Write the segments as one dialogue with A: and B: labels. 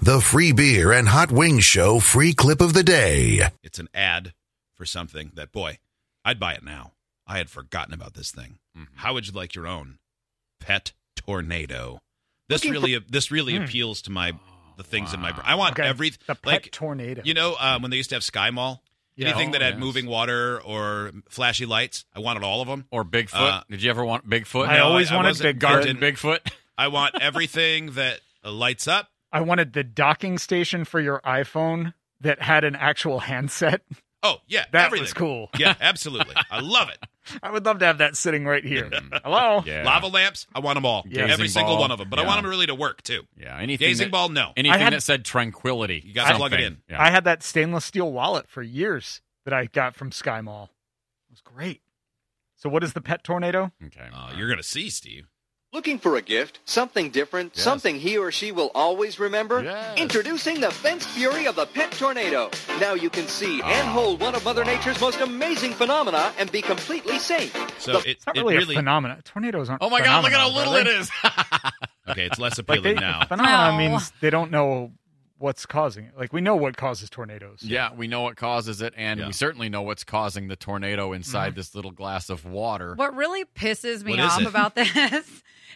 A: The Free Beer and Hot Wings Show free clip of the day.
B: It's an ad for something that, boy, I'd buy it now. I had forgotten about this thing.
C: Mm-hmm.
B: How would you like your own pet tornado? This really, this really appeals to my the things in my. br- I want
D: Mm. Okay.
B: every
D: The pet
B: like
D: tornado.
B: You know um, when they used to have Sky Mall,
C: Yeah.
B: anything that
C: Oh,
B: had
C: yes.
B: moving water or flashy lights. I wanted all of them.
C: Or Bigfoot?
B: Uh,
C: Did you ever want Bigfoot?
D: I always wanted
B: wasn't-
D: Bigfoot.
C: Garden
B: didn't-
C: Bigfoot.
B: I want everything that uh, lights up.
D: I wanted the docking station for your iPhone that had an actual handset.
B: Oh yeah,
D: That
B: everything.
D: was cool.
B: Yeah, absolutely. I love it.
D: I would love to have that sitting right here. Hello.
C: Yeah.
B: Lava lamps. I want them all.
D: Yeah.
B: Every
C: Gazing
B: single
C: ball.
B: one of them. But I
C: Yeah.
B: want them really to work too.
C: Yeah. Anything.
B: Gazing
C: that,
B: ball. No.
C: Anything
D: I had-
C: that said tranquility.
B: You gotta plug it
C: something.
B: in.
C: Yeah.
D: I had that stainless steel wallet for years that I got from Sky Mall. It was great. So what is the pet tornado?
C: okay.
B: Uh, you're gonna see, Steve.
E: Looking for a gift, something different,
C: Yes.
E: something he or she will always remember?
C: Yes.
E: Introducing the Fence Fury of the Pet Tornado. Now you can see
C: Ah.
E: and hold one of Mother Nature's most amazing phenomena and be completely safe.
B: So
E: The-
B: it,
D: It's not
B: it
D: really,
B: really
D: a phenomena. Tornadoes aren't.
C: Oh my God! Look at how
D: phenomena,
C: little
D: are
C: it
D: they?
C: is.
B: okay. It's less
D: Like
B: appealing
D: they,
B: now.
D: phenomena
F: Oh.
D: means they don't know what's causing it. Like we know what causes tornadoes.
C: yeah, we know what causes it, and
B: Yeah.
C: we certainly know what's causing the tornado inside
D: Mm-hmm.
C: this little glass of water.
F: What really pisses me
B: What is
F: off
B: it?
F: about this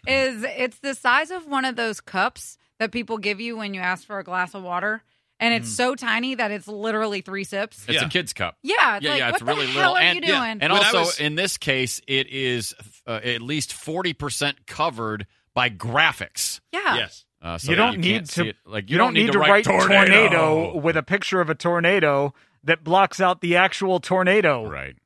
F: is it's the size of one of those cups that people give you when you ask for a glass of water, and it's so tiny that it's literally three sips.
C: It's
B: Yeah.
C: a kid's cup.
F: Yeah, it's
C: yeah,
F: like,
C: yeah,
F: what
C: it's
F: the
C: really
F: hell
C: little.
F: are
C: and
F: you
C: yeah,
F: doing?
B: When
C: and
B: I
C: also,
B: was-
C: in this case, it is uh, at least forty percent covered by graphics.
F: yeah.
B: Yes.
C: Uh, so
D: you
C: that
D: don't need
C: can't
D: to
C: see it. like
D: You, don't, need, to write tornado. with a picture of a tornado that blocks out the actual tornado.
C: Right,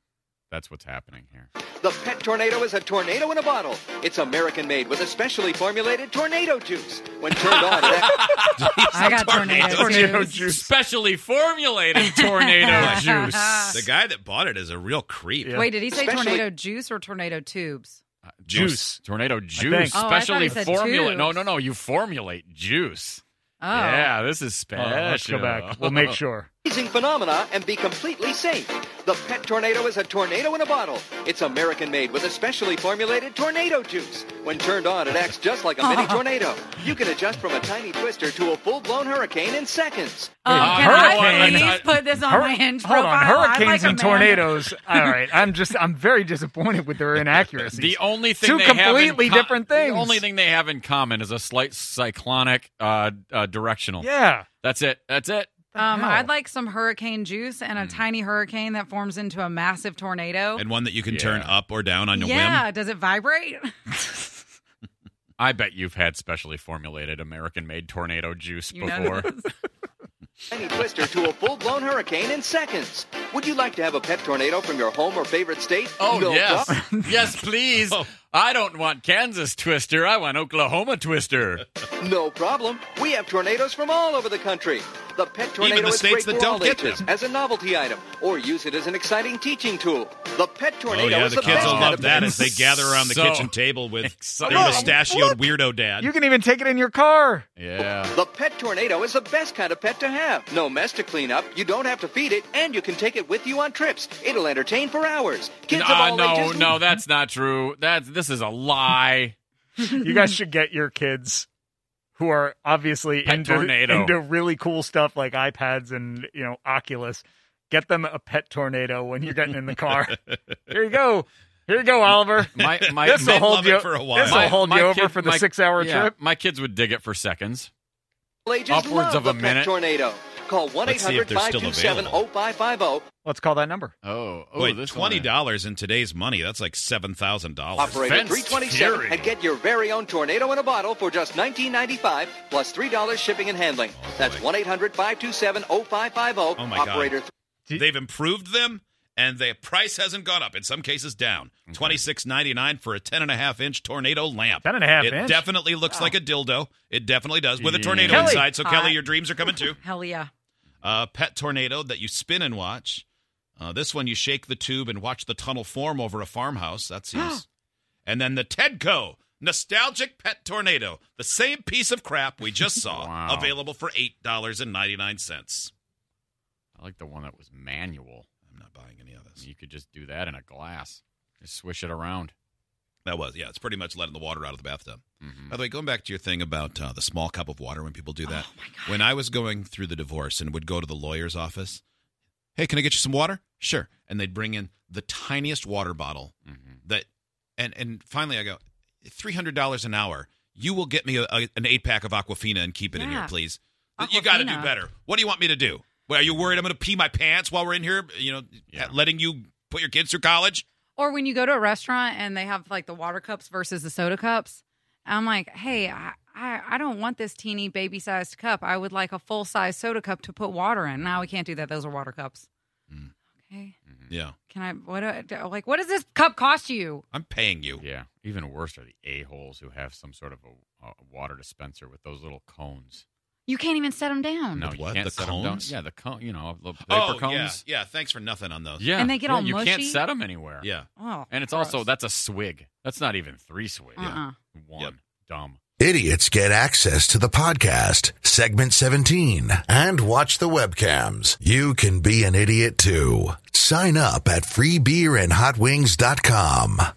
C: that's what's happening here.
E: The Pet Tornado is a tornado in a bottle. It's American made with a specially formulated tornado juice. When turned on, it act-
F: I got tornado,
D: Tornado
F: juice.
D: juice.
C: Specially formulated tornado juice.
B: The guy that bought it is a real creep.
D: Yeah.
F: Wait, did he say
E: Especially-
F: tornado juice or tornado tubes?
C: Uh,
D: Juice.
C: tornado
D: think.
C: juice,
D: Oh,
F: I thought
C: specially
F: he said
C: formulate.
F: juice.
C: No, no, no. You formulate juice.
F: Oh,
C: Yeah, this is
D: Oh,
C: special.
D: let's go back. We'll make sure.
E: amazing phenomena and be completely safe. The Pet Tornado is a tornado in a bottle. It's American made with a specially formulated tornado juice. When turned on, it acts just like a mini tornado. You can adjust from a tiny twister to a full-blown hurricane in seconds.
F: Um,
C: Uh,
F: can I
C: hurricane-
F: please
C: I-
F: put this on
D: Hur-
F: my hinge
D: hold
F: profile?
D: on,
F: I
D: hurricanes
F: like a
D: and
F: man.
D: tornadoes. All right, I'm just I'm very disappointed with their inaccuracies.
C: The only thing
D: Two
C: they have in
D: completely
C: co-
D: different things.
C: The only thing they have in common is a slight cyclonic uh, uh, directional.
D: yeah,
C: That's it. That's it.
F: Um,
D: No.
F: I'd like some hurricane juice and a tiny hurricane that forms into a massive tornado.
B: And one that you can turn
C: Yeah.
B: up or down on your
F: yeah, Oh,
B: whim.
F: does it vibrate?
C: I bet you've had specially formulated American-made tornado juice
F: You know
C: before.
E: Tiny twister to a full-blown hurricane in seconds. Would you like to have a pet tornado from your home or favorite state?
C: Oh
E: built
C: yes,
E: up?
C: yes, please.
B: Oh.
C: I don't want Kansas Twister. I want Oklahoma Twister.
E: No problem. We have tornadoes from all over the country. The pet tornado
B: the
E: is
B: states
E: great
B: that
E: for
B: don't
E: all
B: get
E: ages
B: them.
E: as a novelty item, or use it as an exciting teaching tool. The pet
B: Oh
E: tornado
B: yeah,
E: is
B: the kids
E: best
B: will
E: kind
B: love
E: of
B: that
E: pet-
B: as they gather around the
C: So
B: kitchen table with
C: excited.
B: their
C: Look,
B: mustachioed weirdo dad.
D: you can even take it in your car.
C: Yeah.
E: The pet tornado is the best kind of pet to have. No mess to clean up. You don't have to feed it, and you can take it with you on trips. It'll entertain for hours. Kids
B: uh,
E: of
C: Ah,
E: all
C: no,
E: ages.
C: no, that's not true. That's this is a lie.
D: You guys should get your kids who are obviously
C: Pet
D: into
C: tornado.
D: into really cool stuff like iPads and you know Oculus. Get them a pet tornado when you're getting in the car. Here you go. Here you go, Oliver.
C: My my
D: This will
B: they'd
D: hold
B: love
D: you
B: it for a while.
D: This will
B: My-
D: hold you over
C: kid-
D: for the
C: my-
D: six-hour
C: yeah,
D: trip.
C: My kids would dig it for seconds.
E: All ages
C: Upwards
E: love
C: of
E: the
C: a
E: pet
C: minute.
E: tornado. Call
B: Let's see if they're still
E: 1-800-527-0550.
D: Let's call that number.
C: Oh, oh
B: Wait,
C: this
B: twenty
C: one-
B: dollars in today's money—that's like seven thousand dollars.
E: Operator
C: Fenced
E: 327
C: fury.
E: and get your very own tornado in a bottle for just $19.95 plus $3 shipping and handling. That's 1-800-527-0550.
B: Oh, my God.
E: Operator
B: They've improved them, and the price hasn't gone up. In some cases, down twenty six ninety nine for a ten and a half inch tornado lamp.
D: 10.5
B: It
D: inch?
B: definitely looks like a dildo. It definitely does with a
C: Yeah.
B: tornado
D: Kelly.
B: inside. So Kelly,
F: Hot.
B: your dreams are coming true.
F: Hell yeah.
B: A pet tornado that you spin and watch. Uh, this one you shake the tube and watch the tunnel form over a farmhouse. That seems. and then the Tedco nostalgic pet tornado, the same piece of crap we just saw,
C: Wow.
B: available for eight dollars and ninety nine cents.
C: I like the one that was manual.
B: I'm not buying any of this.
C: You could just do that in a glass. Just swish it around.
B: That was yeah. It's pretty much letting the water out of the bathtub.
C: Mhm.
F: Mm-hmm.
B: By the way, going back to your thing about uh, the small cup of water when people do that.
F: Oh
B: When I was going through the divorce and would go to the lawyer's office, hey, can I get you some water? Sure. And they'd bring in the tiniest water bottle
F: Mm-hmm.
C: Mhm.
B: that, and and finally I go, three hundred dollars an hour. You will get me a, a- an eight pack of Aquafina and keep it in here,
F: Yeah.
B: please. You got to do
F: Aquafina.
B: better. What do you want me to do? Well, are you worried I'm going to pee my pants while we're in here? You know,
C: Yeah.
B: letting you put your kids through college.
F: Or when you go to a restaurant and they have like the water cups versus the soda cups, I'm like, hey, I, I, I don't want this teeny baby sized cup. I would like a full size soda cup to put water in. Now we can't do that. Those are water cups.
B: Mm.
F: Okay.
B: Yeah,
F: Can I, what, do- do- like, what does this cup cost you?
B: I'm paying you.
C: Yeah. Even worse are the a-holes who have some sort of a, a water dispenser with those little cones.
F: You can't even set them down.
C: No,
B: With
C: you
B: what?
C: can't
B: The
C: set 'em down.
B: cones?
C: Yeah, the cone, you know, the paper
B: Oh, yeah,
C: cones.
B: yeah. Thanks for nothing on those.
C: Yeah.
F: And they get
C: Yeah,
F: all
C: You can't
F: mushy?
C: set them anywhere.
B: Yeah.
F: Oh,
C: And it's also,
F: gross.
C: that's a swig. That's not even three swigs.
F: Uh-uh.
C: One.
B: Yep.
C: Dumb.
A: Idiots get access to the podcast, segment 17, and watch the webcams. You can be an idiot too. Sign up at freebeerandhotwings.com.